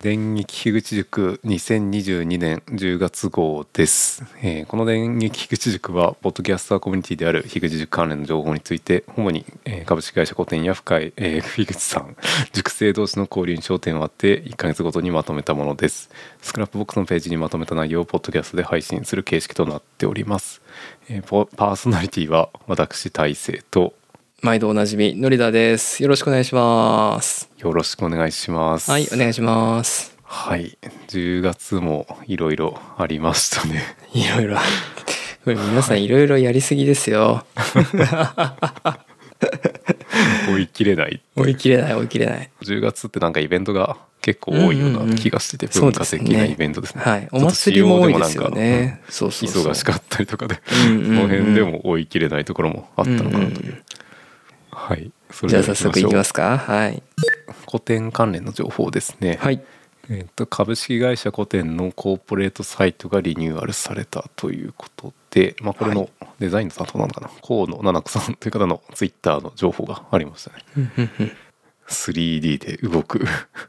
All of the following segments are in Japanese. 電撃樋口塾2022年10月号です、えーこの電撃樋口塾はポッドキャスターコミュニティである樋口塾関連の情報について主に、えー株式会社古典や深い、えー樋口さん塾生同士の交流に焦点を当て1ヶ月ごとにまとめたものですスクラップボックスのページにまとめた内容をポッドキャストで配信する形式となっております、えーポパーソナリティは私大成と毎度おなじみのりだですよろしくお願いしますよろしくお願いしますはいお願いしますはい10月もいろいろありましたねいろい ろこれ皆さんいろいろやりすぎですよ追い切れない追い切れない追い切れない10月ってなんかイベントが結構多いようんううんうなん気がしててそう文で化すね的なイベントですねはいちょおっと祭りも多い仕様でなんすかよねそうそうそう忙しかったりとかでうんうんうんその辺でも追い切れないところもあったのかなという、はいそれじでゃあは早行きま速しいょうきますかはい古典関連の情報ですねはいえっと株式会社古典のコーポレートサイトがリニューアルされたということで、まあ、これはのデザインの担当なのかな、河野七子さんという方のツイッターの情報がありましたね 3D で動く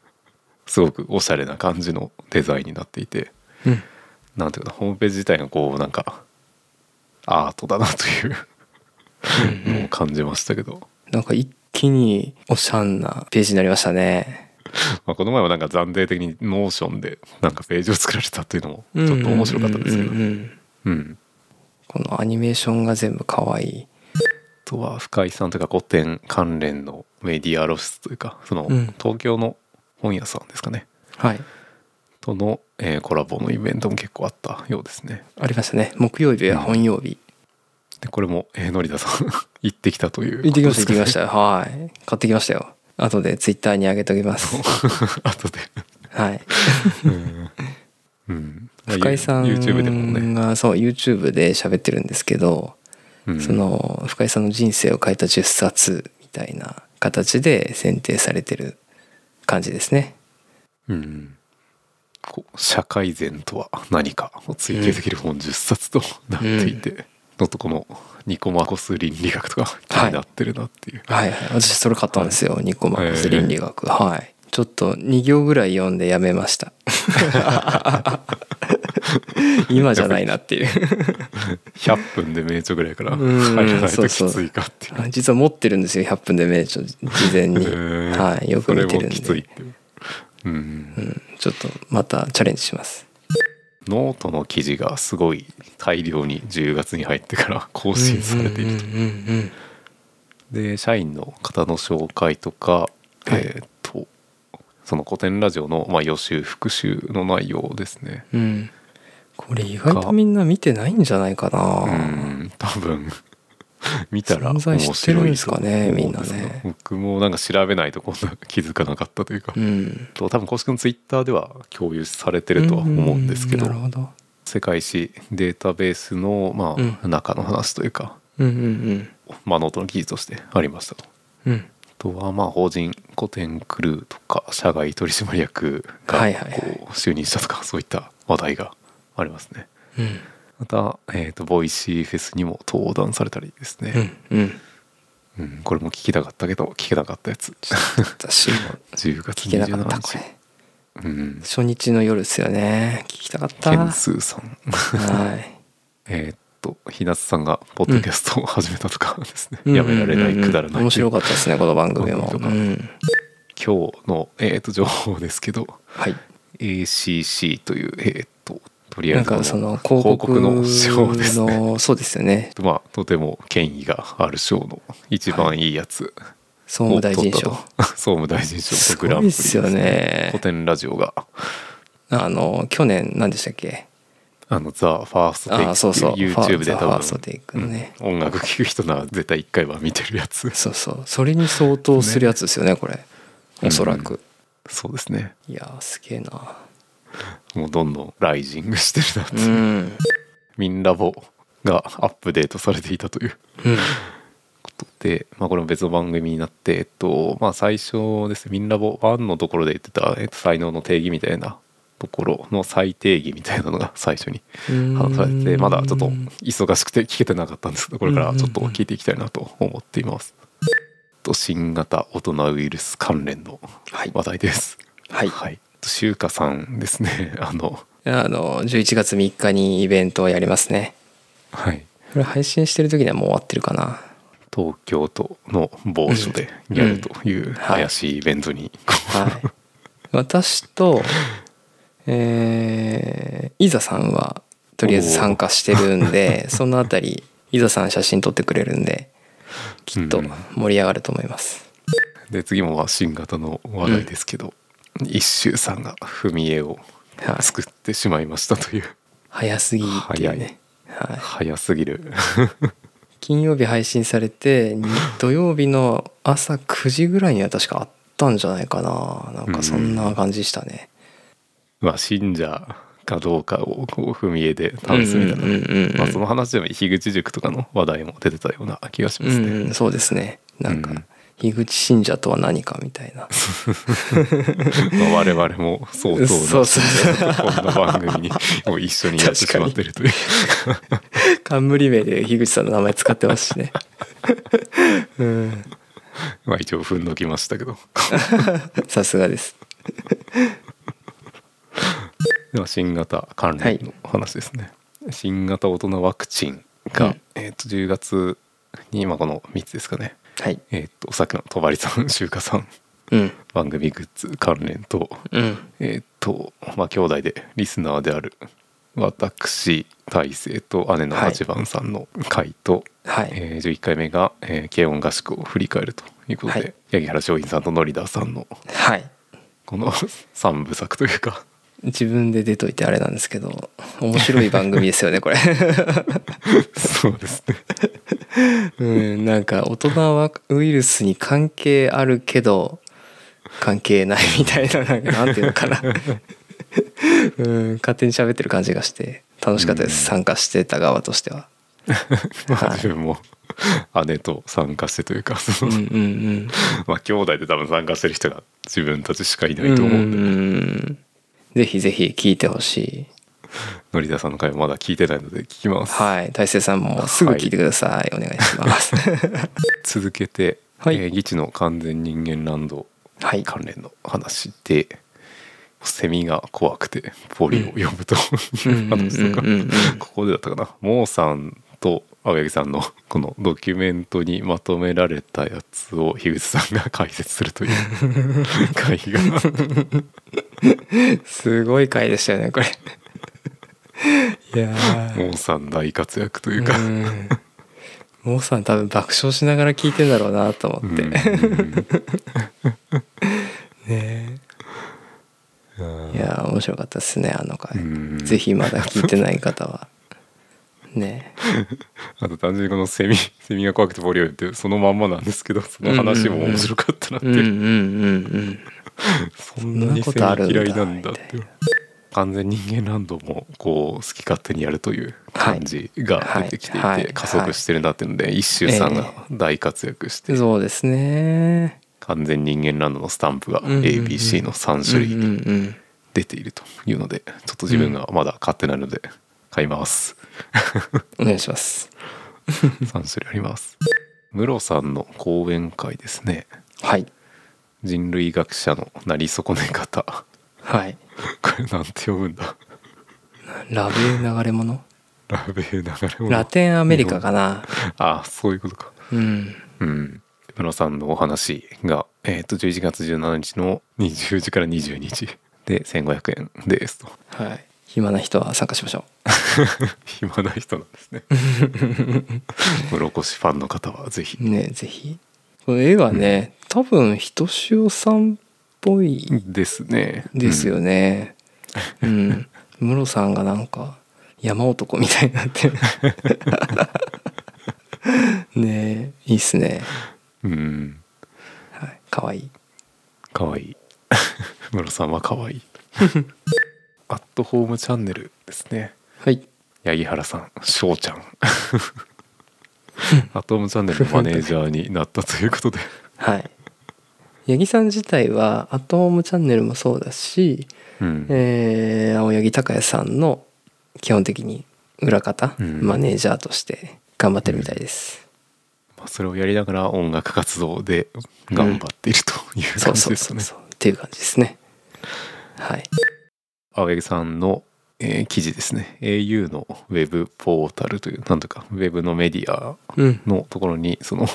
すごくおしゃれな感じのデザインになっていてうんなんていうかなホームページ自体がこうなんかアートだなというのを感じましたけど、なんか一気におしゃんなページになりましたねまあ、この前はなんか暫定的にノーションでなんかページを作られたっていうのもちょっと面白かったんですけどうんうんうんうんうん。このアニメーションが全部可愛いあとは深井さんというか古典関連のメディア露出というかそのうん東京の本屋さんですかね、はいとの、えーコラボのイベントも結構あったようですねありましたね木曜日や本曜日でこれも、えー、のりださん 行ってきたという行ってきました行ってきましたたはい買ってきましたよ後でツイッターに上げときます あとではいうん深井さん YouTube でもね、がそう YouTube で喋ってるんですけど、うんその深井さんの人生を変えた10冊みたいな形で選定されてる感じですね。うんこう社会善とは何かを追求できる本10冊となっていて、のとこのニコマコス倫理学とか気になってるなっていう、はいはい、私それ買ったんですよ、ニコマックス倫理学、はいちょっと2行ぐらい読んでやめました 今じゃないなっていう100分で名著ぐらいからうん入らないとそうきそうついかっていう。実は持ってるんですよ100分で名著事前に、へーはい、よく見てるんでそれもきついっていううん、ちょっとまたチャレンジしますノートの記事がすごい大量に10月に入って から更新されていると、うんうんうんうんで社員の方の紹介とか、えーっとその古典ラジオの、まあ、予習復習の内容ですねうん、これ意外とみんな見てないんじゃないかな、うん多分 見たら存面白在い知ってるんですかねと思うみんなねですが僕もなんか調べないとこんな気づかなかったというか、うん、と多分公式のツイッターでは共有されてるとは思うんですけど,、なるほど世界史データベースの、まあうん中の話というか、うんうんまあ、ノートの記事としてありましたと。うんうんあとはまあ法人古典クルーとか社外取締役がはいはいはいこう就任したとかそういった話題がありますね。うんまた、えー、とボイシーフェスにも登壇されたりですうね、んうんうんこれも聞きたかったけど聞けなかったやつ私も10月聞けなかった27こ日れ、うん、初日の夜ですよね聞きたかったケンはスーさんいえーっと日夏さんがポッドキャストを始めたとかですね、うんやめられないうんうんうんくだらない面白かっったですねこの番組も、面白かうったん、た今日の、えーっと情報ですけどはい ACC というえーっととりあえなんずこかその広広告告のの賞ですねそうですよねまあとても権威がある賞の一番いいやつ総を務取大った臣と、賞 総務大臣賞すとごグランプリいでですすよね古典ラジオがあの去年何でしたっけあのザ・ファーストテイクあーそうそうっていう YouTube で The 多 First Take の分、ねうん音楽聴く人なら絶対一回は見てるやつそうそうそれに相当するやつですよねこれおそらく、そうですねいやーすげえなもうどんどんライジングしてるなってうん、うん、ミンラボがアップデートされていたということで、まあ、これも別の番組になって、えっとまあ、最初ですねミンラボ1のところで言ってた、えっと、才能の定義みたいなところの再定義みたいなのが 最初に話されててまだちょっと忙しくて聞けてなかったんですけどこれからちょっと聞いていきたいなと思っています。と新型大人ウイルス関連のはい話題です。はいはい、と修華さんですね あのあの11月3日にイベントをやりますねはいこれ配信してる時にはもう終わってるかな東京都の某所でやるというはい怪しいイベントに、はい私とえー、伊佐さんはとりあえず参加してるんでそのあたり伊佐さん写真撮ってくれるんできっと盛り上がると思います、で次もまあ新型の話題ですけど、一周さんが踏み絵をはい作ってしまいましたという、早すぎっていうねはい早すぎる 金曜日配信されてに土曜日の朝9時ぐらいには確かあったんじゃないかななんかそんな感じしたねまあ信者かどうかをこう踏み絵で試すみたいな、うんうんうんうんまあ、その話でも樋口塾とかの話題も出てたような気がしうますんね、うんそうですねなんうかん樋口信者とは何かみたいなまあ我々も相当 なそうそうそうこんな番組にもう一緒にやってしまってるという 冠名で樋口さんの名前使ってます しねうん まあ一応踏んどきましたけどさすがですでは新型関連の話ですね、新型大人ワクチンが、うんえー、と10月に今この3つですかねはいえっ、とさっきの戸張さん周華さんうん番組グッズ関連とうんえっ、とまあ兄弟でリスナーである私大勢と姉のはい八番さんの回と、はい、えー11回目が、えー軽音合宿を振り返るということで、はい八木原松陰さんとノリダーさんのはいこの 3部作というか 自分で出といてあれなんですけど面白い番組です よねこれそうですねうん、なんか大人はウイルスに関係あるけど関係ないみたいななんかなんていうのかな うん勝手に喋ってる感じがして楽しかったです、参加してた側としては。まあはい自分も姉と参加してというかそうんの、うんうん まあ兄弟で多分参加してる人が自分たちしかいなういんとうん思ううんで、んぜひぜひ聞いてほしい。ノリダーさんの回もまだ聞いてないので聞きます、はい、大成さんもすぐ聞いてください。お願いし ます。続けて、はいえー議地の完全人間ランドはい関連の話で、セミが怖くてポリを呼ぶとういんう 話とかうんうんうんうんここでだったかなモーさんと青柳さんのこのドキュメントにまとめられたやつを樋口さんが解説するという 会がすごい回でしたよねこれ。 いやーモーさん大活躍というか。うんモーさん多分爆笑しながら聞いてんだろうなと思って、 うんねえうんいやー面白かったですねあの回、うんぜひまだ聞いてない方 はねあと単純にこのセミセミが怖くてポリを呼ぶってそのまんまなんですけどその話も面白かったなってえうんうんうんそんなにセミ嫌いなんだっそんなことあるんて完全人間ランドもこう好き勝手にやるという感じはがい出てきていはいはいて加速してるなっていうので一周さんが大活躍しうてんそうですね完全人間ランドのスタンプがんうんうん ABC の3種類うんうんうん出ているというのでちょっと自分がまだ買ってないので買います。お願いします3種類あります。ムロさんの講演会ですね。はい人類学者のなり損ね方。こはいれなんて読むんだ。ラベ流れ物ラベー流れ物。ラテンアメリカかなああ、そういうことか。うんうん。ムロさんのお話が、えっ、と、11月17日の20時から22時で1500円ですと。 はい暇な人は参加しましょ暇な人なん ですね。室越ファンの方はぜひう。ねぜひこの絵がね、多分ひとしおさんっぽいですね。ですよね。うん。ムロさんがなんか山男みたいにな ってる。ねえ、いいっすね。うん。うん。はい、可愛いい。かわいい ムロさんはかわいいアットホームチャンネルですねはい。八木原さん翔ちゃん アットホームチャンネルのマネージャーになったということではい。八木さん自体は「アットホームチャンネル」もそうだし、うん、えー青柳孝也さんの基本的に裏方、うんマネージャーとして頑張ってるみたいです。まあそれをやりながら音楽活動で頑張っているというそ感うじそうですそね、うそうっていう感じですね。はい青柳さんの、えー記事ですね au のウェブポータルというなんとかウェブのメディアうんのところにその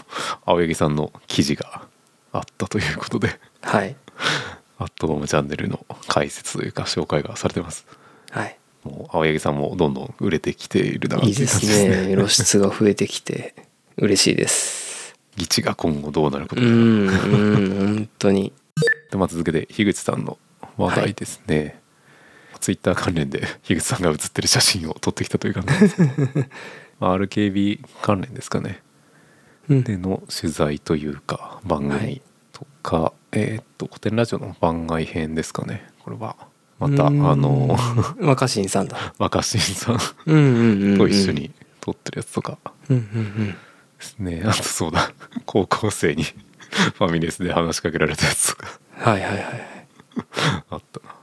青柳さんの記事があったということではい「アットホームチャンネル」の解説というか紹介がされてますはいもう青柳さんもどんどん売れてきているだろういいですね露出が増えてきて嬉しいです議地が今後どうなるこうとかんうん本当にでまあ続けて樋口さんの話題ですね、ツイッター関連で樋口さんが写ってる写真を撮ってきたと いう感じなんですけどまあ RKB 関連ですかねうんでの取材というか番は組いとか、えーっと古典ラジオの番外編ですかねこれはまたあうんの 若新さんだ若新さんうんうんうんと一緒に撮ってるやつとかうんうんですね、あとそうだ 高校生に ファミレスで話しかけられたやつとか うんはいはいはいあったなあ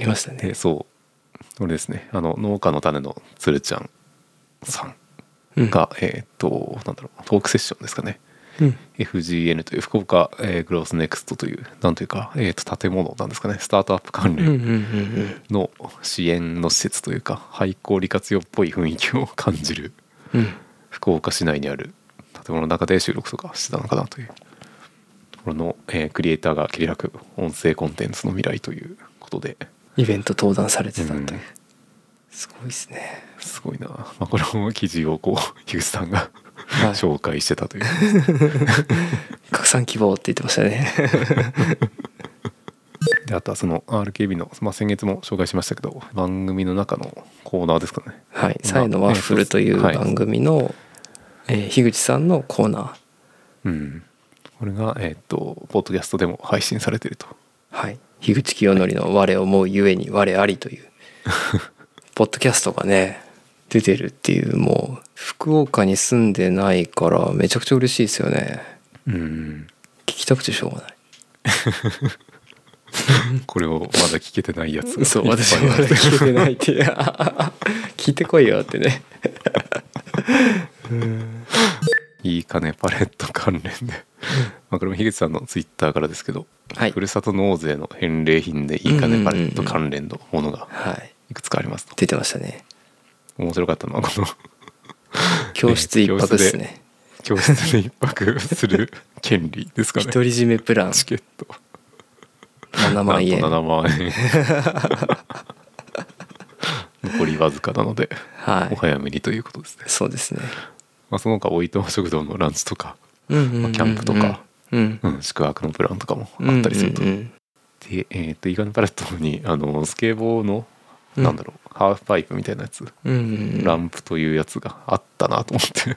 りましたねでそうこれですねあの農家の種のつるちゃんさんうんが、えーっとなんだろうトークセッションですかねうん FGN という福岡、えーグロースネクストというなんというか、えーっと建物なんですかねスタートアップ関うんうん連うんの支援の施設というか、廃校利活用っぽい雰囲気を感じるうんうん福岡市内にある建物の中で収録とかしてたのかなというところの、えークリエイターが切り開く音声コンテンツの未来ということでイベント登壇されてたってうんすごいですねすごいな、まあ、これも記事をこう 樋口さんがはい紹介してたという 拡散希望って言ってましたね であとはその RKB の、まあ、先月も紹介しましたけど番組の中のコーナーですかねはい「サイのワッフル」というはい番組の、えー樋口さんのコーナーうんこれがえーっとポッドキャストでも配信されているとはい樋口清則の「我思うゆえに我あり」というポッドキャストがね出てるっていうもう福岡に住んでないからめちゃくちゃ嬉しいですよねうん聞きたくてしょうがないこれをまだ聞けてないやつそう私はまだ聞いてないっていう 聞いてこいよってねいいかねパレット関連でまあこれも樋口さんのツイッターからですけど、はいふるさと納税の返礼品でいいかねパレット関連のものがはいいくつかありますと出てましたね面白かったのはこ の教室一泊っすね教室で一泊する権利ですかね独り占めプランチケット7なんと万円7万 円残りわずかなので、はおい早めにということですね、そうですねまあ、その他おいとま食堂のランチとか、うんうんうんうんまあキャンプとかうんうん、宿泊のプランとかもあったりすると、うんうんで、えー、とイガンパレットにあのスケボーの、うんなんだろうハーフパイプみたいなやつ、うんうんうんランプというやつがあったなと思って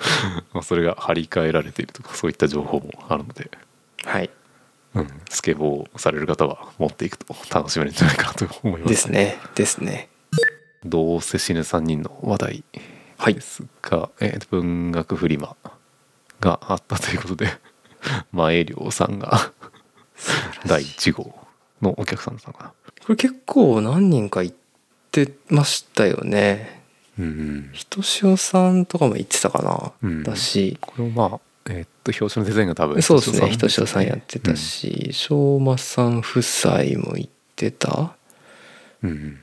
まあそれが張り替えられているとかそういった情報もあるので、はいうん、スケボーをされる方は持っていくと楽しめるんじゃないかなと思いますですねですねどうせ死ぬ3人の話題はいですが、えーと文学フリマがあったということで 前涼さんが第1号のお客さんだったのかこれ結構何人か行ってましたよねな。うんひとしおさんとかも行ってたかな、うんだしこれもまあ、えーっと表紙のデザインが多分そうですねひ人としおさんやってた、ししょうまさん夫妻も行ってたうんうん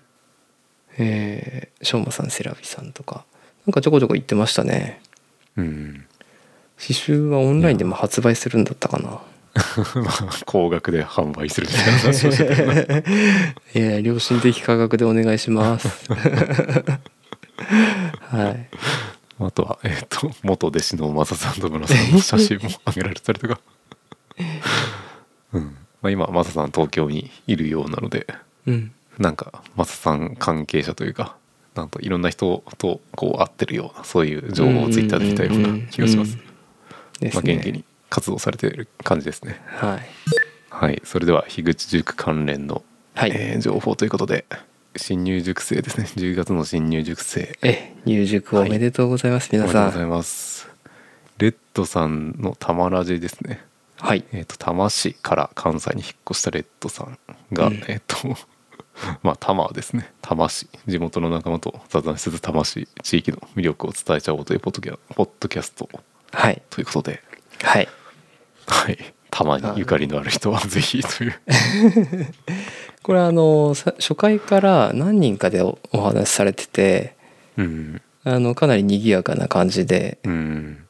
えーしょうまさんセラビさんとかなんかちょこちょこ行ってましたねうん刺繍はオンラインでも発売するんだったかな まあ高額で販売するみたいな話をしてたけどいや良心的価格でお願いします はい あとは、えーっと元弟子のマサさんとムロさんの写真も上げられたり とか、うんまあ、今マサさん東京にいるようなのでうんなんかマサさん関係者というかなんといろんな人とこう会ってるようなそういう情報をツイッターで見たような気がしますうんうんうんでますあね元気に活動されている感じですねはいはい、それでは樋口塾関連の、はいえー情報ということで新入塾生ですね10月 の新入塾生え入塾おめでとうございます、おめで皆とうさございんますレッドさんのたまらじですねはいえっ、と多摩市から関西に引っ越したレッドさんが、うんえっ、と まあ多摩ですね多摩市地元の仲間と雑談しつつ多摩市地域の魅力を伝えちゃおうというポッドキャポッドキャストはいということではい はい多摩にゆかりのある人はぜひというこれあのさ初回から何人かでおお話しされててうんあのかなり賑やかな感じでうん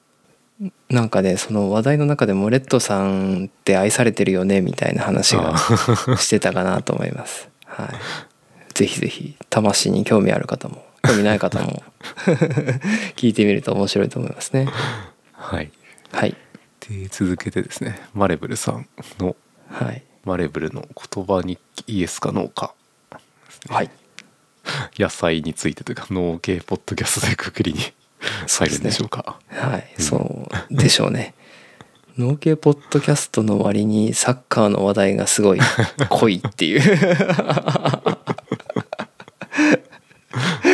なんかねその話題の中でもレッドさんって愛されてるよねみたいな話があしてたかなと思います。はい、ぜひぜひ魂に興味ある方も興味ない方 も聞いてみると面白いと思いますね。はいはい、で続けてですねマレブルさんのはい、マレブルの言葉にイエスかノーかはい、野菜についてというか農系ポッドキャストでく くりに入るんでしょうかはい、そうでしょ うね。農系ポッドキャストの割にサッカーの話題がすごい濃いっていう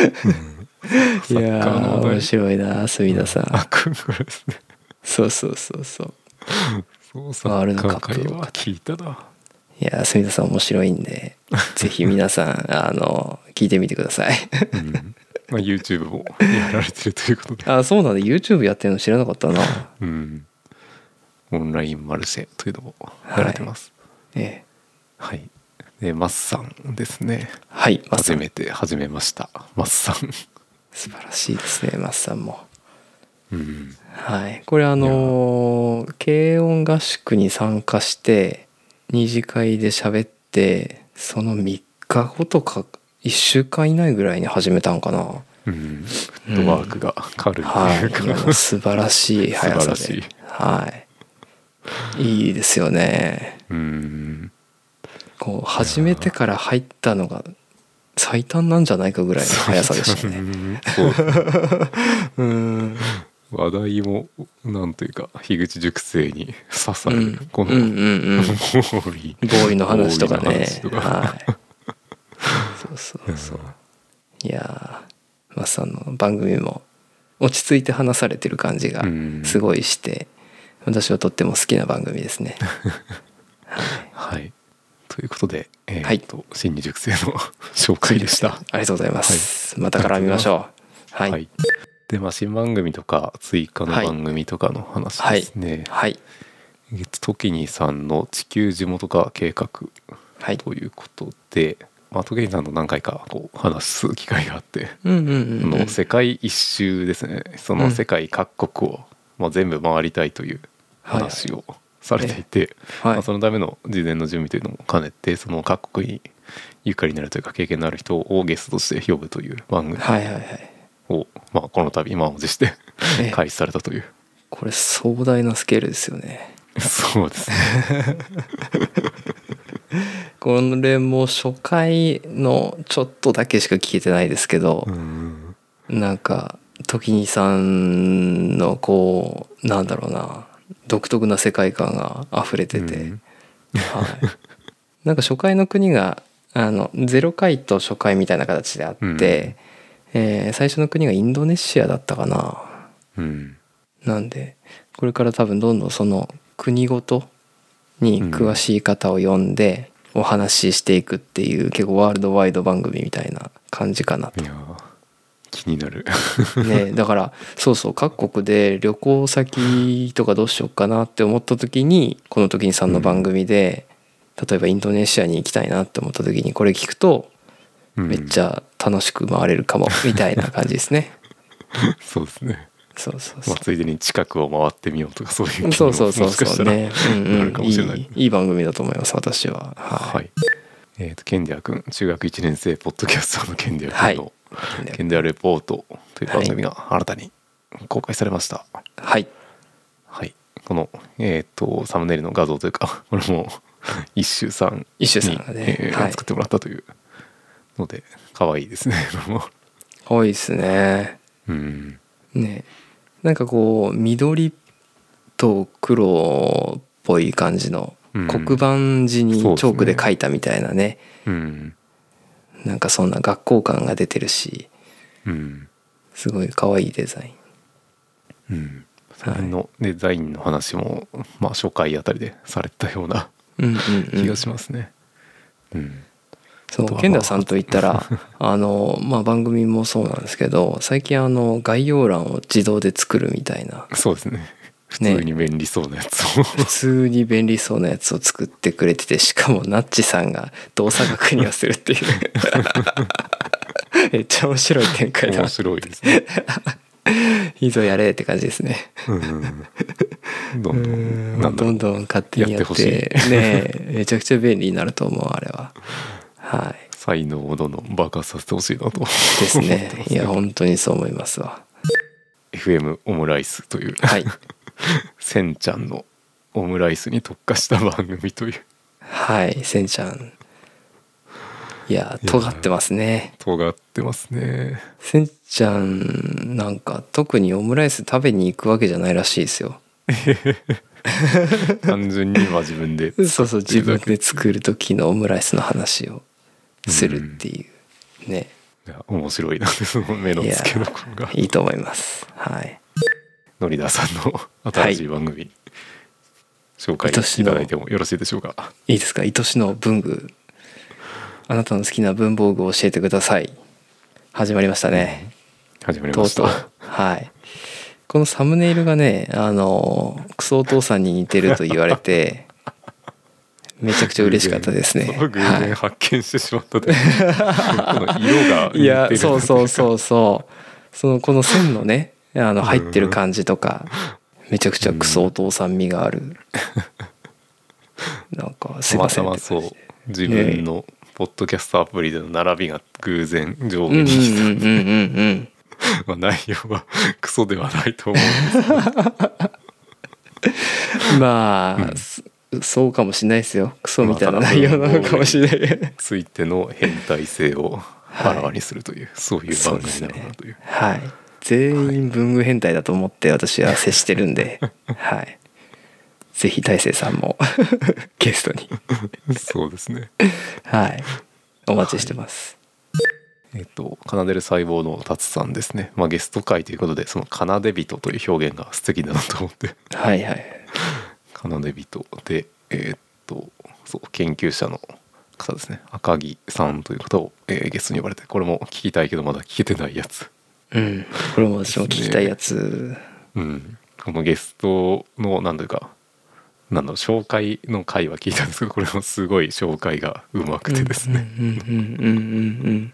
サいッやカーの話ー題面白いな隅田さんあくんこれですねそうそうそうそうそうサワールッドカカーップ会は聞いたないやー住田さん面白いん でぜひ皆さんあの聞いてみてくださいうんまあ YouTube もやられてるということであそうなんで YouTube やってるの知らなかったなうんオンラインマルシェというのもやられてますええはい、でマスさんですねはいマッサ初ンめて始めましたマスさん素晴らしいですねマッサンもうんはいこれあのー軽音合宿に参加して二次会で喋ってその3日後とか1週間以内ぐらいに始めたんかなうんフットワークが軽いとはいいうか、い や素晴らしい速さ素晴でらしいはいいいですよねうんこう始めてから入ったのが最短なんじゃないかぐらいの速さでしたね。ねそううん話題もなんというか樋口塾生に刺さうるんこの、うんうんうん。ボーイ ボーイの話とかボーイのね話。とかはい。そうそうそう。いやー、マスさんの番組も落ち着いて話されてる感じがうんすごいして、私はとっても好きな番組ですね。はいということで、えはいー、と新入塾生の紹介でした。ありがとうございます。また絡みましょう。ははいい。でまあ新番組とか追加のはい番組とかの話ですね、はい。月時にさんの「地球地元化計画」はい。ということで、まあ、時にさんと何回かこう話す機会があって、うんうんうんうん。あの世界一周ですねそうんの世界各国を、まあ、全部回りたいという話をされていて、はいまあ、そのための事前の準備というのも兼ねてその各国にゆかりになるというか経験のある人をゲストとして呼ぶという番組はいはいはい。を、まあ、この度満を持してええ開始されたという、これ壮大なスケールですよねそうですねこれもう初回のちょっとだけしか聞いてないですけど、うんなんか時にさんのこうなんだろうな独特な世界観が溢れてて、うんはい、なんか初回の国があの0回と初回みたいな形であって、うんえー最初の国がインドネシアだったかなうんなんでこれから多分どんどんその国ごとに詳しい方を呼んでお話ししていくっていう、結構ワールドワイド番組みたいな感じかなといやー気になる ねだからそうそう各国で旅行先とかどうしようかなって思った時にこの時にさんの番組で、例えばインドネシアに行きたいなって思った時にこれ聞くとうんめっちゃ楽しく回れるかもみたいな感じで すね。そうですね、そうそうそまあ、うついでに近くを回ってみようとかそういう気そうにそうもそうもしかしそたうらね。うんなうるんかもいしれないいいい番組だと思います私は。ははい。い。えっ、と、ケンデア君、中学1年生ポッドキャスターのケンデアはい君の、ケンデアレポートという番組が新たに公開されました。はい。はい。この、えっ、と、サムネイルの画像というか、 これも、一周さんに、一周さんがねえーはい作ってもらったというので、可愛いですね。これも多いですね。うん。ねなんかこう緑と黒っぽい感じのうん黒板地にチそうですねョークで書いたみたいなね,、うん。なんかそんな学校感が出てるしうん。すごい可愛いデザインうん。その辺のデザインの話も、まあ、初回あたりでされてたようなうんうんうん気がしますね。うん。そう健太さんといった らあの、まあ、番組もそうなんですけど最近あの概要欄を自動で作るみたいなそうですね。普通に便利そうなやつ を、普通に便利そうなやつを作ってくれててしかもナッチさんが動作確認をするっていう めっちゃ面白い展開だ面白いです ね。いいぞやれって感じですねうんどんどうんんどなんんだろうどん勝手にやっやっててほしいねえめちゃくちゃ便利になると思うあれははい才能をどんどん爆発させてほしいなと。ですねいや本当にそう思いますわ FM オムライスという、はいせんちゃんのオムライスに特化した番組というはいせんちゃんいや尖ってますね尖ってますねせんちゃんなんか特にオムライス食べに行くわけじゃないらしいですよ単純にまあ自分でそうそう自分で作る時のオムライスの話をするっていうねいや面白いなその目の付けどころがいいと思いますはいノリダさんの新しい番組、紹介いただいてもよろしいでしょうかいいですか愛しの文具あなたの好きな文房具を教えてください始まりましたね始まりとまうしたとうはいこのサムネイルがねあのクソお父さんに似てると言われてめちゃくちゃ嬉しかったで すね偶然はい発見してしまった で、この色が似てるいやそうそうそうそうそのこの線 のねあの入ってる感じとかめちゃくちゃクソお父さん味があるなんかすいまませたんまってそう感じ自分のポッドキャストアプリでの並びが偶然上うん下うんにした、うんうんうん まあ、内容はクソではないと思うんですうんまあ、そそうかもしれないですよクソみたいな内容なのかもしれない、ついての変態性をあらわにするという、そういうそう番です組ねなのかなというはい全員文具変態だと思って私は接してるん ではいぜひ大成さんも ゲストにそうですねはいお待ちしてます、えっと奏でる細胞の達さんですね、まあ、ゲスト会ということでその奏で人という表現が素敵だなと思ってはいはい奏で人でえーっとそう研究者の方ですね赤木さんという方を、えーゲストに呼ばれてこれも聞きたいけどまだ聞けてないやつうん、これも私も聞きたいやつ、うんこのゲストの何というかなんだろう紹介の回は聞いたんですけどこれもすごい紹介がうまくてですね、うんうんうんうん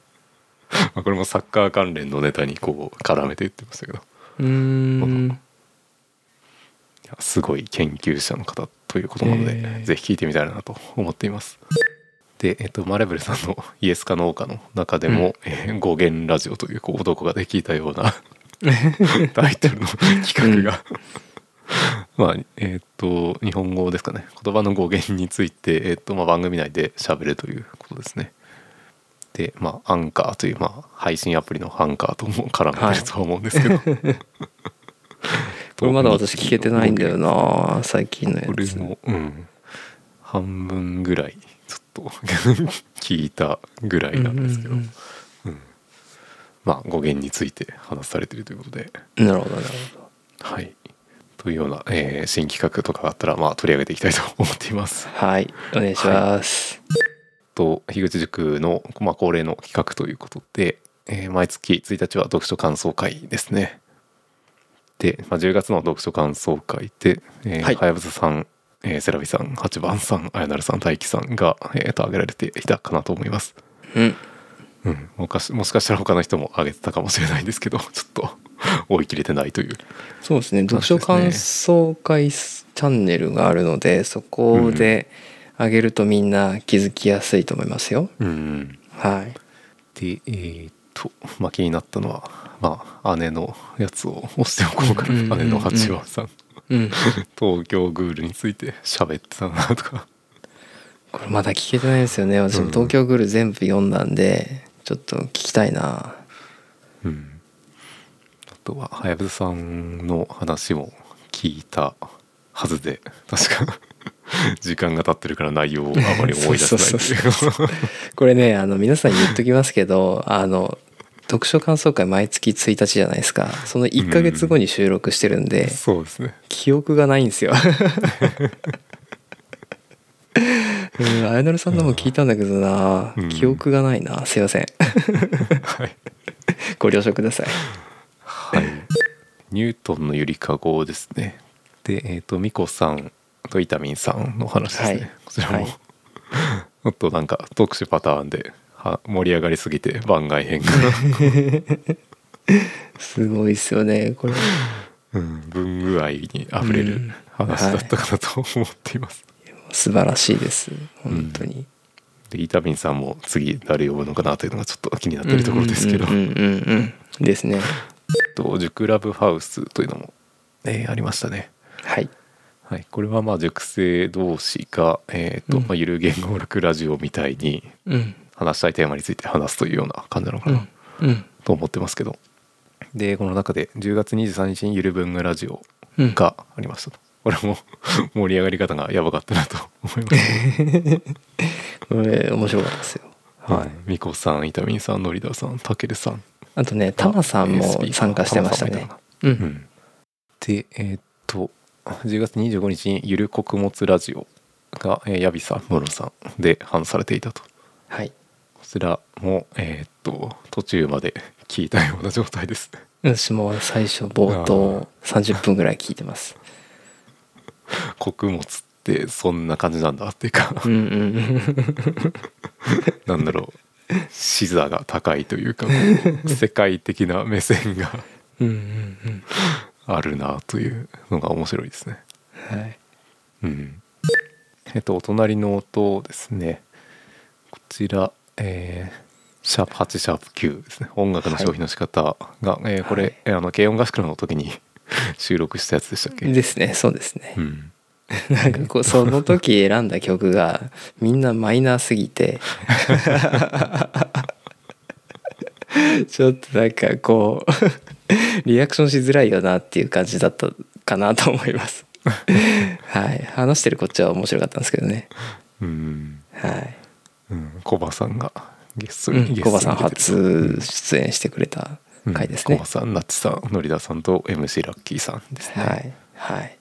まあこれもサッカー関連のネタにこう絡めて言ってましたけどいうんうんやすごい研究者の方ということなので、へえぜひ聞いてみたいなと思っていますで、えっと、マレブルさんの 「イエスかノーか」の中でも「えー語源ラジオ」というこう男がで聞いたような タイトルの 企画が、 まあえっと日本語ですかね言葉の語源について、えっとまあ、番組内で喋るということですねでまあアンカーという、まあ、配信アプリのアンカーとも絡めてるとは思うんですけど、 これまだ私聞けてないんだよな最近のやこれつも、うん、半分ぐらいちょっと聞いたぐらいなんですけど、うんうんまあ語源について話されてるということでうんなるほどなるほどはいというような、えー新企画とかがあったら、まあ、取り上げていきたいと思っています。はいお願いします、と樋口塾の、まあ、恒例の企画ということで、えー毎月1日は読書感想会ですね。で、まあ、10月の読書感想会で、えーはいはやぶささん、えーセラビさん八番さんあやなるさん大輝さんが、えーと挙げられていたかなと思います。うんうん、もかしもしかしたら他の人も挙げてたかもしれないんですけどちょ っと追い切れてないというそうですね読書感想会チャンネルがあるのでそこであげるとみんな気づきやすいと思いますよ、うんはいでえーっと、まあ、気になったのは、まあ、姉のやつを押しておこうかうんうんうんなうん姉の八番さんうん東京グールについて喋ってたなとかこれまだ聞けてないんですよね私も東京グール全部読んだんでちょっと聞きたいなうんあとははやぶささんの話も聞いたはずで確 か時間が経ってるから内容をあまり思い出せないってそういうこれねあの皆さんに言っときますけどあの読書感想会毎月1日じゃないですかその1ヶ月後に収録してるんで、そうですね記憶がないんですよ。うん、あやなるさんのも聞いたんだけどな、うん記憶がないなすいませんはいご了承くださいはい、ニュートンのゆりかごですねでえっ、とミコさんとイタミンさんの話ですね、はい こちらも、はいもっとなんか特殊パターンでは盛り上がりすぎて番外編が、すごいですよねこれうん、文具愛にあふれうるん話だったかなと思っています、素晴らしいです本当に、でイタミンさんも次誰呼ぶのかなというのがちょっと気になってるところですけど、うんうんうんうんうんですねと塾ラブハウスというのも、えーありましたねはいはい、これはまあ塾生同士が、えーとうんまあ、ゆる言語力ラジオみたいにうん話したいテーマについて話すというような感じなのかうな、んうんと思ってますけどでこの中で10月23日にゆる文具ラジオうんがありましたと、これも盛り上がり方がやばかったなと思いますこれ面白かったですよはい美子さん伊丹さんノリダさんたけるさんあとねタマさんも ASB 参加してましたタマさんもねいなううんん、でえーっと10月25日に「ゆる穀物ラジオが」えーヤビさんムロさんで話されていたとはいこちらもえーっと途中まで聞いたような状態です ね私も最初冒頭30分ぐらい聞いてます穀物ってそんな感じなんだっていうか うんうんなんだろう視座が高いという かこう世界的な目線がうんうんうんあるなというのが面白いですねうん はいうん。えっと、お隣の音ですね。こちら、えーシャープ8、シャープ9ですね。音楽の消費の仕方が、えーこれ、はいえーあの、軽音合宿の時に 収録したやつでしたっけですねそうですねうん。なんかこうその時選んだ曲がみんなマイナーすぎ てちょっとなんかこうリアクションしづらいよなっていう感じだったかなと思いますはい話してるこっちは面白かったんですけどねうん。はいうん。コバさんがゲストうに、んゲストに出てコバさんた初出演してくれた回ですうんコねバ、さん、ナッチさん、ノリダさんと MC ラッキーさんですね。はいはい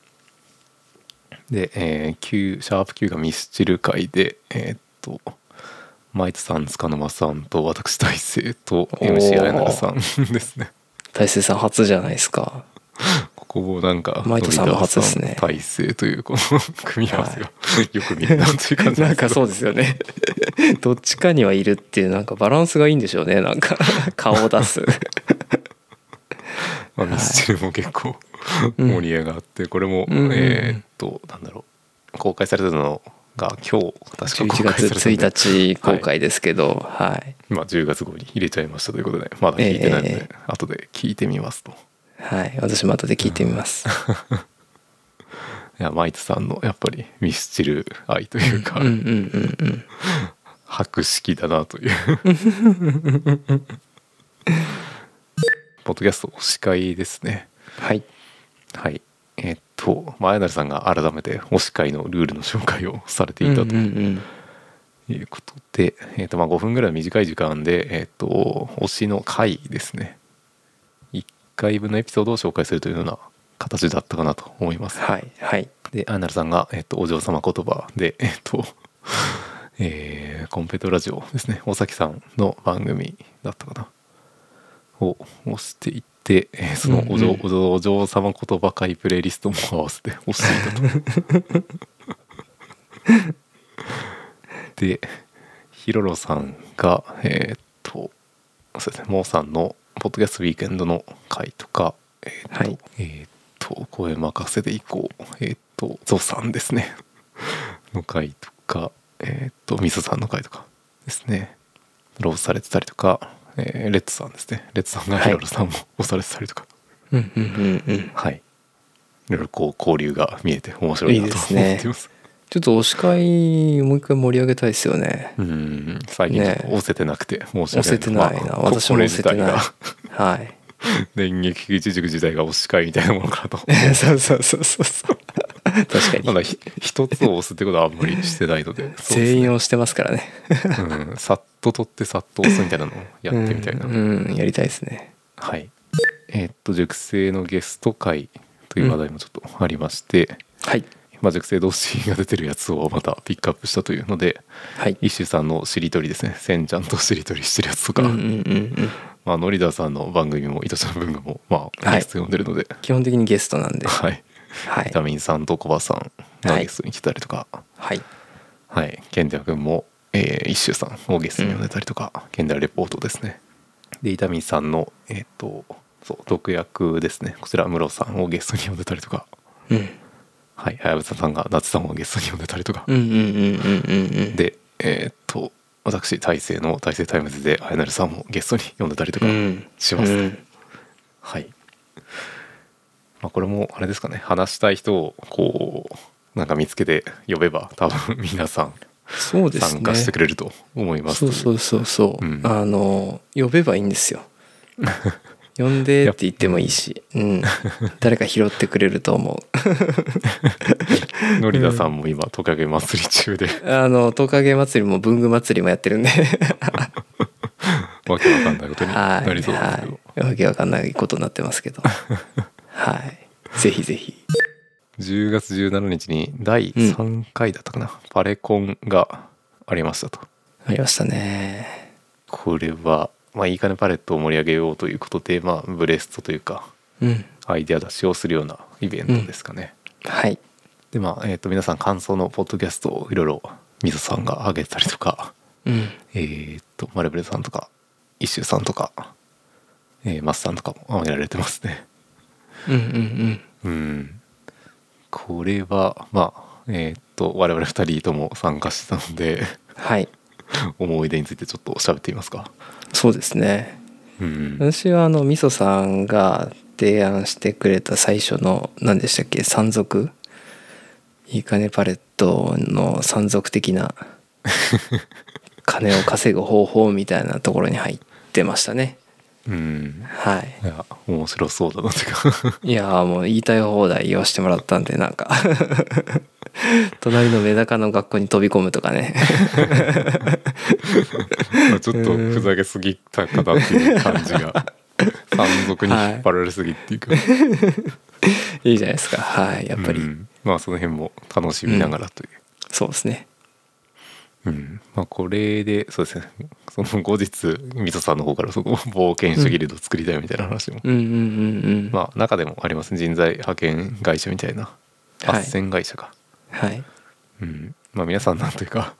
で、えー、Q シャープ Q がミスチル会でえーっとマイトさん塚沼さんと私大成とー MC 綾永さんですね大成さん初じゃないですかここもなんかマイトさんも初ですねノリダーさん大成というこの組み合わせが、よく見るなという感じ なんかそうでですよねどっちかにはいるっていうなんかバランスがいいんでしょうねなんか顔を出すすけど、まあ、ミスチルも結構うん盛り上がって、これも、うんうんうんえーっとなんだろう公開されたのが今日確か 11公開され月たんで1日公開ですけどはいまあ、10月号に入れちゃいましたということでまだ聞いてないので、ええ後で聞いてみますと。はい私も後で聞いてみ ますいやマイトさんのやっぱりミスチル愛というか、うんうんうんうん博識だなというポッドキャスト推し会ですねはいはいえっと前成さんが改めて推し会のルールの紹介をされてういんうたんとうんいうことで、えっとまあ5分ぐらいの短い時間でえっと推しの会ですね1回分のエピソードを紹介するというような形だったかなと思いますはいはいで、アイナルさんが、えっと、お嬢様言葉で、えっと、 えーコンペイトラジオですね、尾崎さんの番組だったかな、を押していって、えーそのお嬢,、うんうんお嬢お嬢様言葉会プレイリストも合わせて 押していた と。で、ヒロロさんが、えーっと、そうですね、モーさんの、ポッドキャストウィークエンドの回とか、えーっと、はいえーっと、声任せでいこう。えーっと、ゾウさんですね。 の回とか、えーっと、ミスさんの回とかですね。ロースされてたりとか、えーレッツさんですね。レッツさんがはいヒロロさんも押されてたりとか。うんうんうんうんはい。いろいろこう交流が見えて面白いないいとです思ねっています。ちょっと推し会もう一回盛り上げたいですよねうん、最近ちょっと押せてなくて申し押訳ないせてないまなあ私も押せてこれない自体がはい 電撃一軸自体が推し会みたいなものかなとそうそうそうそうそう確かまにだひ一つを押すってことはあんまりしてないのでそ うです全員押してますからねうん、さっと取ってさっと押すみたいなのをやってみたいな、うんうんやりたいですねはいえーっと熟成のゲスト会という話題もちょっとありまして、はいまあ、熟成同士が出てるやつをまたピックアップしたというのではい一周さんのしりとりですねせんちゃんとしりとりしてるやつとか、うんうんうんうんまあ、ノリダさんの番組も糸ちゃん文具もまあはいゲスト呼んでるので、基本的にゲストなんではいはビいタミンさんとコバさんがゲストに来たりとか、はいはい、賢者君も、えー、一周さんをゲストに呼んでたりとか、賢者レポートですね。で、伊丹さんの、えっ、と、そう、毒薬ですね。こちら、ムロさんをゲストに呼んでたりとか、うんはい、はやぶささんが夏さんをゲストに呼んでたりとかう、んうんうんうんうんうんで、えっ、と、私、大勢の大勢タイムズで、あやなるさんもゲストに呼んでたりとかうんします。うんはい。まあ、これも、あれですかね、話したい人を、こう、なんか見つけて呼べば、多分皆さん、そうですね参加してくれると思いますそうそうそうそう、うんあの呼べばいいんで すよ呼んでって言ってもいいし、うん、誰か拾ってくれると思ノリダさんも今トカゲ祭り中でうあのトカゲ祭りも文具祭りもやってるんでわけわかんないことになはいりそうですけどはいわけわかんないことになってま すけどはいぜひぜひ10月17日に第3回だったかな、パレコンがありましたとありましたねこれは、まあ、いいかねパレットを盛り上げようということで、まあ、ブレストというかうんアイデア出しをするようなイベントですかね、はいでまあ、えー、と皆さん感想のポッドキャストをいろいろみぞさんが上げたりとかうんえーっとマルブレさんとかイシューさんとか、えーマスさんとかも上げられてますねうんうんうんこれはまあえーっと我々2人とも参加したので うんはい思い出についてちょっと喋ってみますかそうですねうん私はあのみそさんが提案してくれた最初の何でしたっけ山賊いい金パレットの山賊的な 金を稼ぐ方法みたいなところに入ってましたねうんはいいや面白そうだなって かいやーもう言いたい放題言わしてもらったんでなんか 隣のメダカの学校に飛び込むとかね まあちょっとふざけすぎたかなっていう感じが山賊に引っ張られすぎっていうか、いいじゃないですかはいやっぱり、うんまあその辺も楽しみながらという、そうですねうんまあ、これでそうですねその後日みそさんの方からそこ冒険主義ルードを作りたいみたいな話も、うんうんうんうん、まあ中でもありますね人材派遣会社みたいなはい斡旋会社か、はいうんまあ皆さんなんというか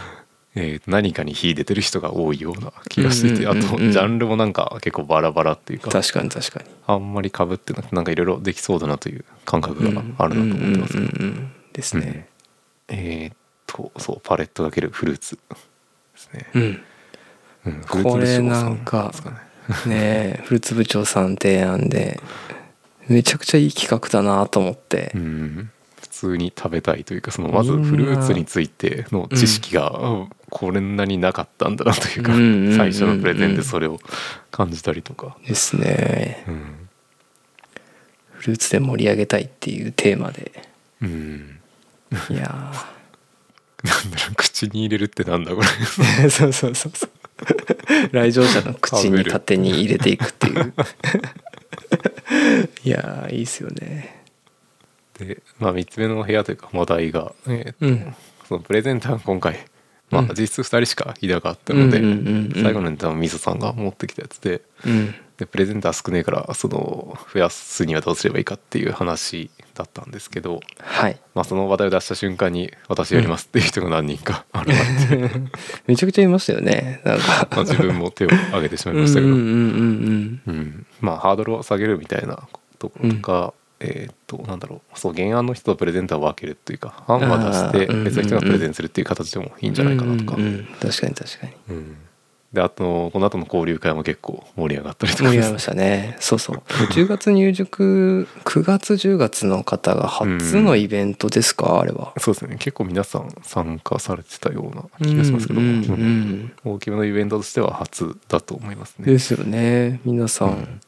えーと何かに秀でてる人が多いような気がしていて、うんうんうんうんあとジャンルもなんか結構バラバラっていうか確かに確かにあんまりかぶってなくてなんかいろいろできそうだなという感覚があるなと思ってますけど、うんうんうんうんですね。えーっとそうパレットかけるフルーツですね、うん。うん、フルーこツ部れ長なさんかですかねねえフルーツ部長さん提案でめちゃくちゃいい企画だなと思ってう。ん普通に食べたいというかそのまずフルーツについての知識がうんこれなになかったんだなというか、うんうんうんうん最初のプレゼンでそれを感じたりとか、ですね。うんフルーツで盛り上げたいっていうテーマで。うん、いやなんだろう口に入れるってなんだこれー そうそうそうそう。来場者の口に勝手に入れていくっていう。 いやーいいっすよね。 で、まあ、3つ目の部屋というか話題が、えーうん。そのプレゼンターが今回、まあうん、実質2人しかいなかったので、うんうんうんうん最後のネタはみそさんが持ってきたやつで。うん。でプレゼンター少ねえからその増やすにはどうすればいいかっていう話だったんですけど、はい。まあ、その話題を出した瞬間に「私やります」っていう人が何人か現れて、めちゃくちゃいましたよね。なんか。まあ、自分も手を挙げてしまいましたけど、うんうんうんうんうん。うんまあハードルを下げるみたいなところとか、えーっとなんだろうそう原案の人とプレゼンターを分けるというか案は出してあーうんうんうん別の人がプレゼンするっていう形でもいいんじゃないかなとか。うんうんうん確かに確かにうんであとこの後の交流会も結構盛り上がったりと盛かでり上がすりましたねそうそう10月入塾9月10月の方が初のイベントですか、あれはそうですね結構皆さん参加されてたような気がしますけど、うんううんん大きめのイベントとしては初だと思いますうんねで。すよね皆さん、うん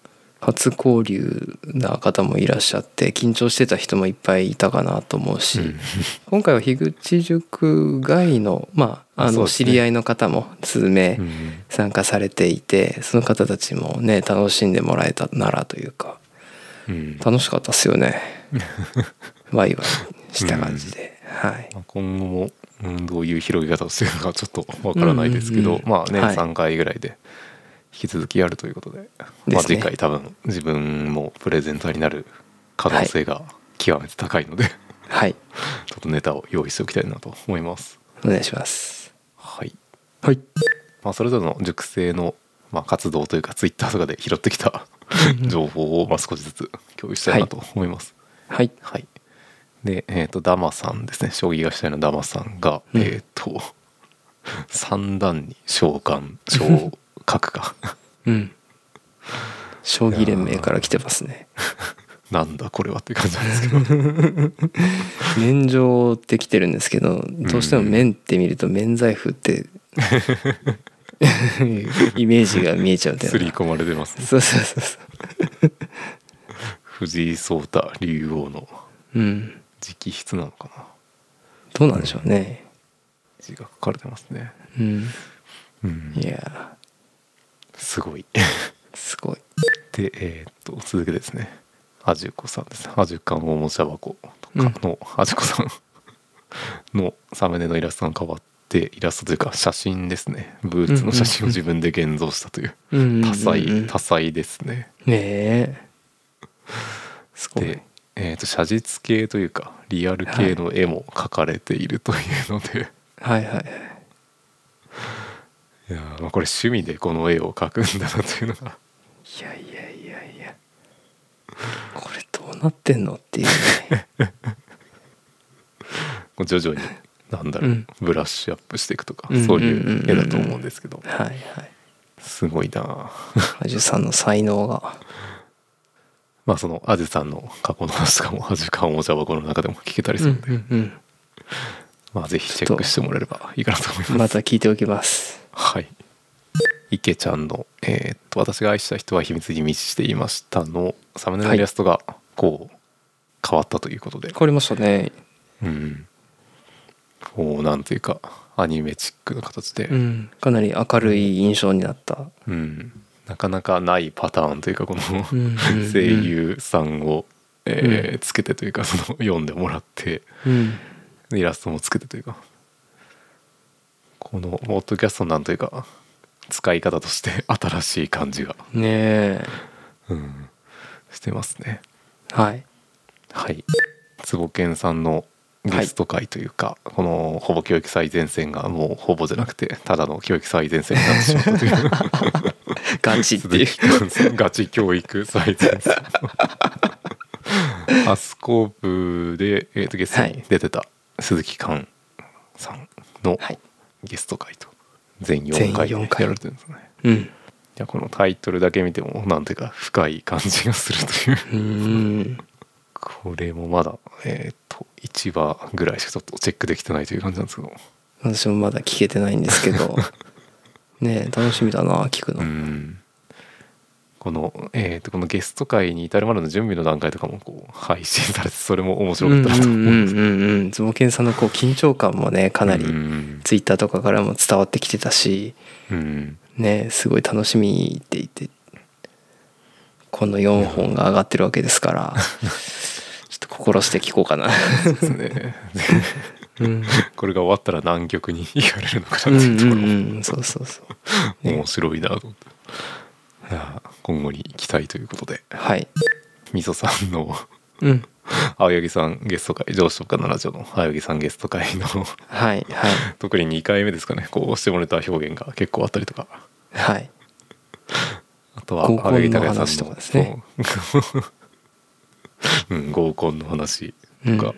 初交流な方もいらっしゃって緊張してた人もいっぱいいたかなと思うし、うん今回は樋口塾外の,、まあ、あそうのです知ねり合いの方も数名うん参加されていて、その方たちもね楽しんでもらえたならというかうん楽しかったっす よねワイワイした感じで、はいまあ今後も、うん、どういう広げ方をするのかちょっとわからないですけど、うんうんうんまあね、はい3回ぐらいで引き続きやるということで、ねまあ、次回多分自分もプレゼンターになる可能性が極めて高いのでちはいょっとネタを用意しておきたいなと思いますお願いしますはい、はいまあ、それぞれの熟成の、まあ、活動というかツイッターとかで拾ってきた 情報をまあ少しずつ共有したいなと思います、はいはい。で、えっ、と、ダマさんですね。将棋がしたいのダマさんが、うんえっ、と、 三段に召喚、召喚か。 うん将棋連盟から来てますねなんだこれはって感じなん ですけど。免状って来てるんですけどどうしても免って見ると免罪符って イメージが見えちゃうんだよすりな込まれてますね。そうそうそうそ藤井聡太竜王のううん直筆なのかな。どうなんでしょうね字が書かれてますね。うんうんいやすごい。ーすごいで、えっ、と、続けてですね。アジュコさんです。アジュカンおもちゃ箱とかの、アジュコさん のサムネのイラストが変わって、イラストというか写真ですね。ブーツの写真を自分で現像したという、多多彩、ね多彩ですね。えすごいで、えっ、と、写実系というか、リアル系の絵も描かれているというので、い、はいはいはいやーまあこれ趣味でこの絵を描くんだなというの が、いやいやいやいやこれどうなってんのっていう ねこう徐々に、なんだろう、うんブラッシュアップしていくとか、うんうんうんそういう絵だと思うんですけど、はいはいすごいなあアジュさんの才能がまあそのアジさんの過去の話とかもアジカンお茶箱の中でも聞けたりするので、うんまあぜひチェックしてもらえればいいかなと思います。また聞いておきますはい。池ちゃんの、えーっと、私が愛した人は秘密に満ちていましたのサムネのイラストがこう変わったということで、変わりましたねうん。こうなんていうかアニメチックな形で、うんかなり明るい印象になったうんなかなかないパターンというかこのうんうん うん声優さんを、えーつけてというかその読んでもらって、うんイラストもつけてというかこのポッドキャストのなんというか使い方として 新しい感じが、ねえうん、してますねはいはい坪健さんのゲスト会というか、このほぼ教育最前線がもうほぼじゃなくてただの教育最前線になってしまったというガチって い鈴う木寛さんガチ教育最前 線アスコープで、えー、とゲストに出てた鈴木寛さんの、はいゲスト回と全4回全や4回られてるんですねうんいやこのタイトルだけ見てもなんていうか深い感じがするといううん これもまだえっ、と1話ぐらいしかちょっとチェックできてないという感じなんですけど私もまだ聞けてないんですけ どねえ楽しみだな聞くの、うんこのえっ、とこのゲスト回に至るまでの準備の段階とかもこう配信されてそれも面白かったなと思うんうんうんうんうんズボケンさんのこう緊張感もねかなりうんツイッターとかからも伝わってきてたしうんねすごい楽しみって言ってこの4本が上がってるわけですから ちょっと心して聞こうかなそうですね うんこれが終わったら南極に行かれるのかうんなうっていうところもんうんそうそうそうね面白いなと思っていや今後に行きたいということではいみそさんの うん青柳さんゲスト会上司とかのラジオの青柳さんゲスト会の はいはい特に2回目ですかねこうしてもらった表現が結構あったりとかはいあとは合コンの青柳高也話とかですね そううん合コンの話とか、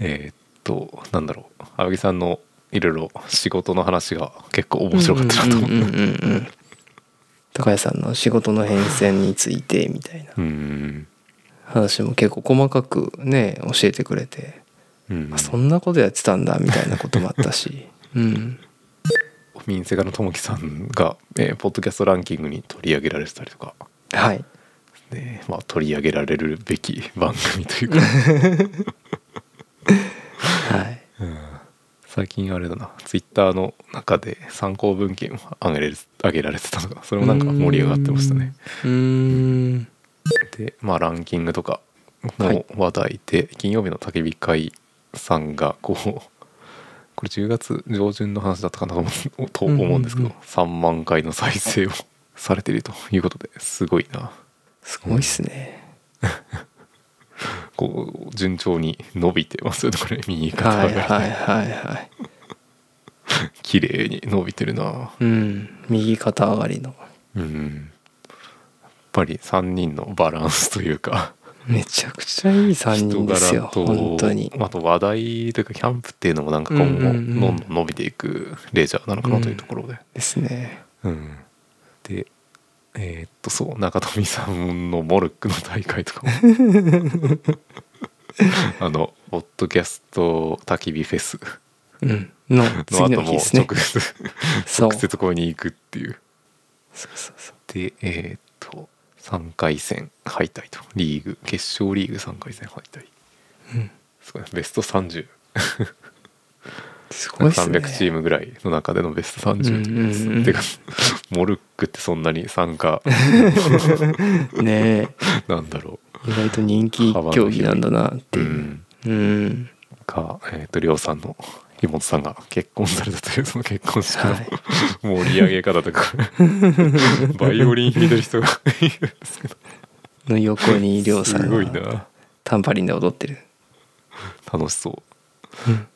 えーっとなんだろう青柳さんのいろいろ仕事の話が結構面白かったなと思ってうんうんうんうんうん高谷さんの仕事の変遷についてみたいな うん話も結構細かくね教えてくれてうんあそんなことやってたんだみたいなこともあったしうん民生課のともきさんが、えーポッドキャストランキングに取り上げられてたりとか、はいねまあ、取り上げられるべき番組という かはい最近あれだなツイッターの中で参考文献を上げられ上げられてたのがそれもなんか盛り上がってましたねうーんでまあランキングとかはのい話題で、金曜日の焚き火会さんがこう これ10月上旬の話だったかなと思うと思うんですけど、うんうん3万回の再生をされているということですごいなすごいっすねこう順調に伸びてますよねこれ右は肩いが、はいはいはい 綺麗に伸びてるなうん右肩上がりのうんやっぱり3人のバランスというかめちゃくちゃいい3人ですよ人柄と本当にあと話題というかキャンプっていうのもなんか今後うんうどんうんんどん伸びていくレジャーなのかなというところで、ですねうんでえーっとそう中富さんのモルックの大会とかも あのポッドキャスト焚き火フェスうんの の次後のも日直ですね接そう直接これに行くっていうそうそうそうでえーっと3回戦敗退とリーグ決勝リーグ3回戦敗退うんすごいベスト30すごいですね300チームぐらいの中でのベスト30ってことです、うんうんうんてか モルックってそんなに参加ねなんだろえ意外と人気競技なんだなってう、ういう、ん、うん、かえーっと亮さんの妹さんが結婚されたというその結婚式の、はい盛り上げ方と かバイオリン弾いてる人がいるんですけどの横にりょうさすんごいがなタンバリンで踊ってる楽しそううん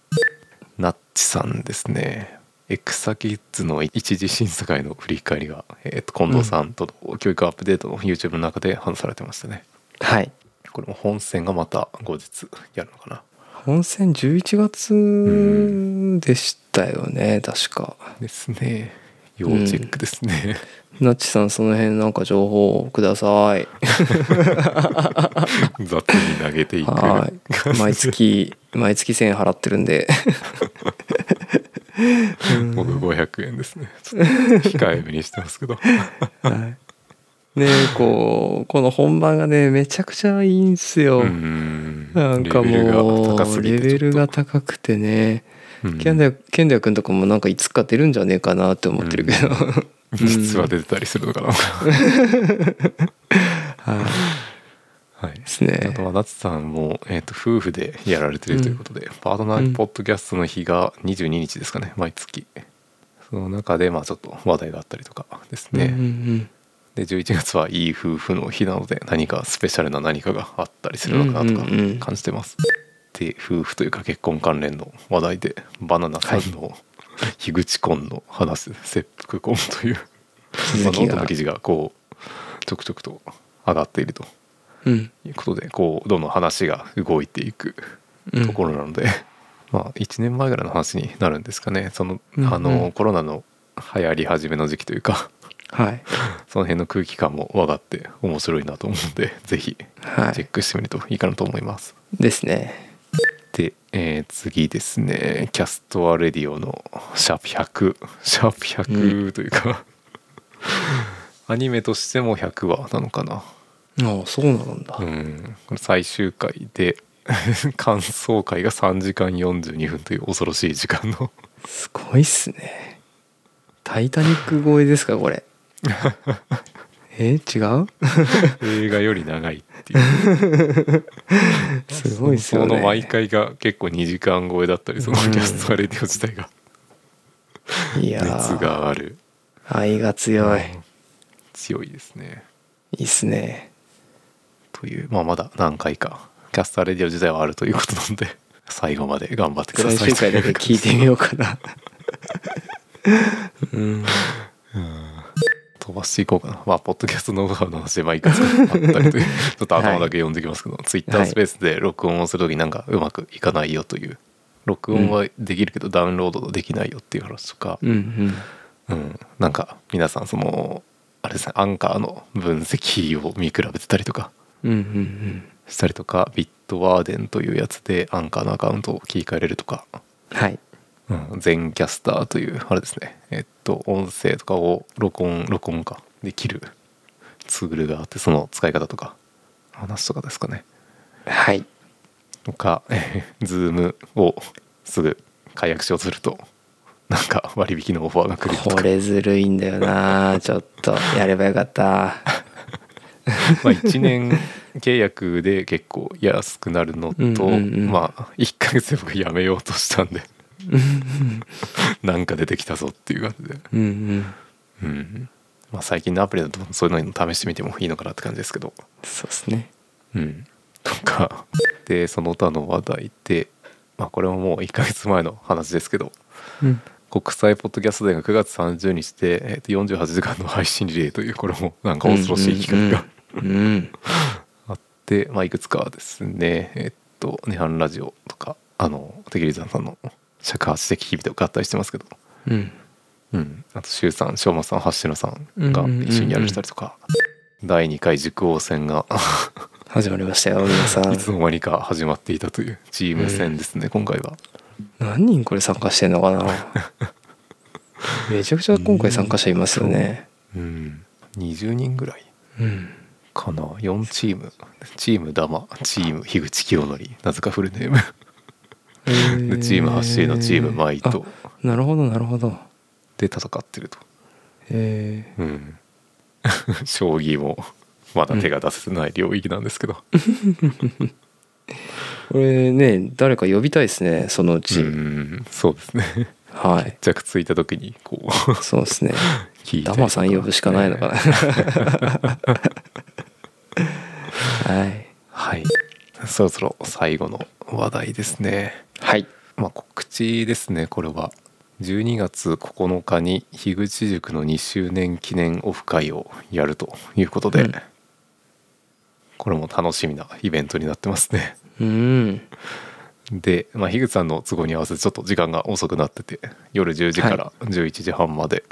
ナッチさんですね。エクサキッズの一次審査会の振り返りが、えー、と近藤さんとの教育アップデートの YouTube の中で話されてましたね。はいこれも本戦がまた後日やるのかな。本戦11月でしたよね、確かですね。要チェックですね。ナッチさんその辺なんか情報をください雑に投げていく。はい 毎月毎月1000円払ってるんで僕500円ですね。ちょっと控えめにしてますけ ど。ねこうこの本番がねめちゃくちゃいいんすよ、うんなんかレベルがも高すうぎレてちょっとベルが高くてね、うんケンダヤケンダヤ君とかもなんかいつか出るんじゃねえかなって思ってるけど、実は出てたりするのかな。はいはいで。すねあとは夏さんも、えー、と夫婦でやられてるということで、パートナーポッドキャストの日が22日ですかね毎月その中でまあちょっと話題があったりとかですね、うんうんで11月はいい夫婦の日なので何かスペシャルな何かがあったりするのかなとかうんうんうん感じてます、で夫婦というか結婚関連の話題でバナナさんの樋口婚の話す切腹婚というまあノ続きーがトの記事がこうちょくちょくと上がっているとうんうんということでこうどんどん話が動いていくうんところなので、 まあ1年前ぐらいの話になるんですかねその、うんうんあのコロナの流行り始めの時期というかはいその辺の空気感も分かって面白いなと思うんで ぜひチェはックしてみるといいかなと思います。いですねで、えー次ですねキャストアレディオのシャープ100シ ャープ100というか、アニメとしても100話なのかなああそうなんだ、うん、これ最終回で 感想会が3時間42分という恐ろしい時間のすごいっすね「タイタニック」超えです かこれえ違う映画より長いって いうすごいっすよそねの毎回が結構2時間超えだったりそのうんキャストアレディオ自体がいや熱ーがある愛が強いうん強いですねいいっすねというまあまだ何回かキャストアレディオ自体はあるということなんで 最後まで頑張ってくださ最い終回だけ聞いてみようかなうん飛ばしていこうかな。まあ、ポッドキャストノウハウの話で、まあ、いくつかあった りという、ちょっと頭だけ読んできますけど、ツイッタースペースで録音をするときなんかうまくいかないよという、録音はできるけどダウンロードできないよっていう話とか、うんううんん、なんか皆さん、その、あれですね、アンカーの分析を見比べてたりとかうんうんしたりとか、ビットワーデンというやつでアンカーのアカウントを切り替えれるとか、うんはいうん、全キャスターというあれですねえっと音声とかを録音録音かできるツールがあってその使い方とか話とかですかねはいとか えーズームをすぐ解約しようとするとなんか割引のオファーが来ると こかれずるいんだよ なちょっとやればよかったまあ1年契約で結構安くなるのとうんうんうんまあ1ヶ月で僕やめようとしたんで なんか出てきたぞっていう感じで。うんううんんまあ、最近のアプリだとそういうのにも試してみてもいいのかなって感じですけど、そうですねうん、とかでその他の話題で、まあ、これももう1ヶ月前の話ですけどうん国際ポッドキャストデーが9月30日で、えーと48時間の配信リレーというこれもなんか恐ろしい企画がうんうんうんあって、まあ、いくつかですねえっと「涅槃ラジオ」とかあのテキリザンさんの尺八的日々と合体してますけど、うんうん、あと周さん昌磨さん橋野さんが一緒にやられたりとか、第2回塾王戦が始まりましたよ皆さんいつの間にか始まっていたというチーム戦ですね、今回は。何人これ参加してんのかな めちゃくちゃ今回参加者いますよねうん、20人ぐらいうんかな4チームチームダマチーム樋口清則なぜかフルネー ムでチームハッシーのチームマイとあなるほどなるほどで戦ってると、えうん 将棋もまだ手が出せてない領域なんですけど、ーこれね誰か呼びたいですねそのうち、うんそうですねはい着ついた時にこうそうで すね聞いたりダとマかさん呼ぶしかないのかな はいはいそろそろ最後の話題ですねはいまあ、告知ですねこれは12月9日に樋口塾の2周年記念オフ会をやるということで、うんこれも楽しみなイベントになってますねうんで、まあ、樋口さんの都合に合わせてちょっと時間が遅くなってて夜10時から11時半まで、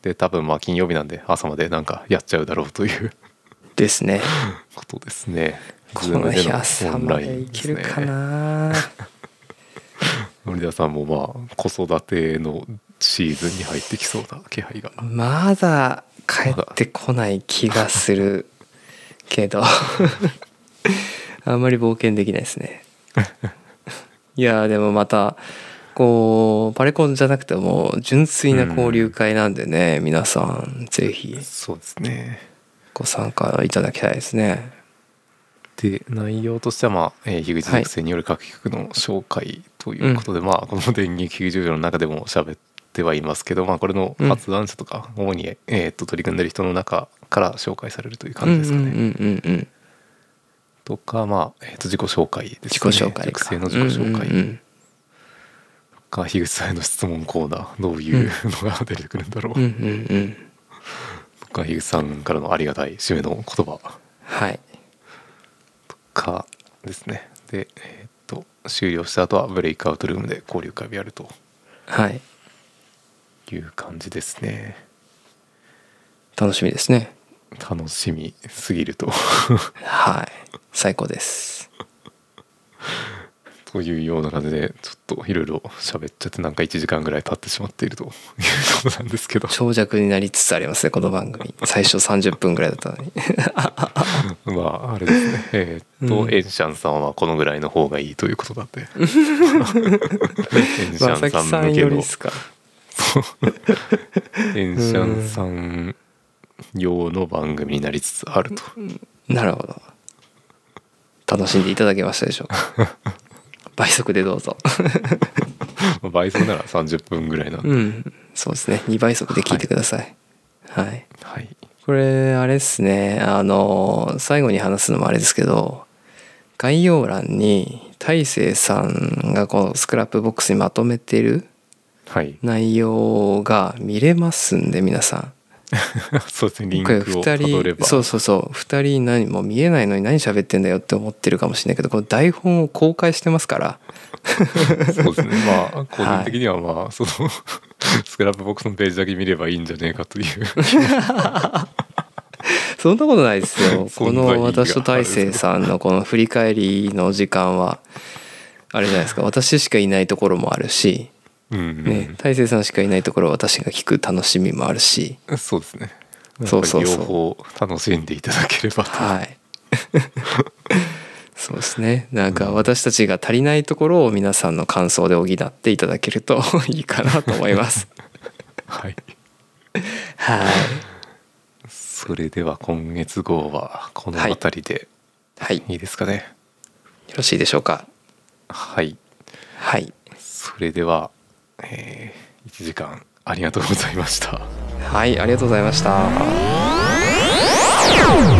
で多分まあ金曜日なんで朝までなんかやっちゃうだろうというです ねことですねこ Zoom ので日朝までいけるかな、森田さんもまあ子育てのシーズンに入ってきそうな気配がまだ帰ってこない気がする けどあんまり冒険できないですねいやーでもまたこうパレコンじゃなくても純粋な交流会なんでね、皆さんぜひそうですねご参加いただきたいですねで内容としては、まあえー樋口塾生による各局の紹介ということで、まあ、この電撃90条の中でも喋ってはいますけど、まあ、これの発案者とか、主に、えーっと取り組んでる人の中から紹介されるという感じですかね。うんうんうんうんとか、まあえーっと自己紹介ですね自己紹介塾か生の自己紹介うんうんとか、樋口さんへの質問コーナーどういうのが出てくるんだろう、うんうんうんうんとか樋口さんからのありがたい締めの言葉はいかですね。で、えーっと終了した後はブレイクアウトルームで交流会をやると。はいいう感じですね楽しみですね楽しみすぎると はい最高ですというような感じでちょっといろいろ喋っちゃってなんか1時間ぐらい経ってしまっているということなんですけ ど長尺になりつつありますねこの番組最初30分ぐらいだった のにまああれですねえーっと、うんエンシャンさんはこのぐらいの方がいいということだって エンシまさャンきささん向んけよりのですかエンシャンさん用の番組になりつつあるとなるほど楽しんでいただけましたでしょうか 倍速でどうぞまあ倍速なら30分ぐらいなんで、うんそうですね2倍速で聞いてくださいはい、はいこれあれですねあの最後に話すのもあれですけど概要欄に大成さんがこのスクラップボックスにまとめてるはい内容が見れますんで皆さん そうですねリン今ク回をたどれ2ば人そうそうそう2人何もう見えないのに何喋ってんだよって思ってるかもしれないけどこの台本を公開してますからそうですね。ま あ、個人的にはまあ、その、 スクラップボックスのページだけ見ればいいんじゃねえかと いう。そんなことな いですよそこんな意義のが私と大成さんのこの振り返りの時間はあれじゃないですか私しかいないところもあるし、うん、ね、大成さんしかいないところ私が聞く楽しみもあるしそうですね。そうそうやそうっぱり両方楽しんでいただければと。はい そうですねなんか私たちが足りないところを皆さんの感想で補っていただけると いいかなと思い ますはい。はいそれでは今月号はこの辺りではい、よいいですかね。ろしいでしょうか。はい。はい、それでは、えー、1時間ありがとうございました。はい、ありがとうございました。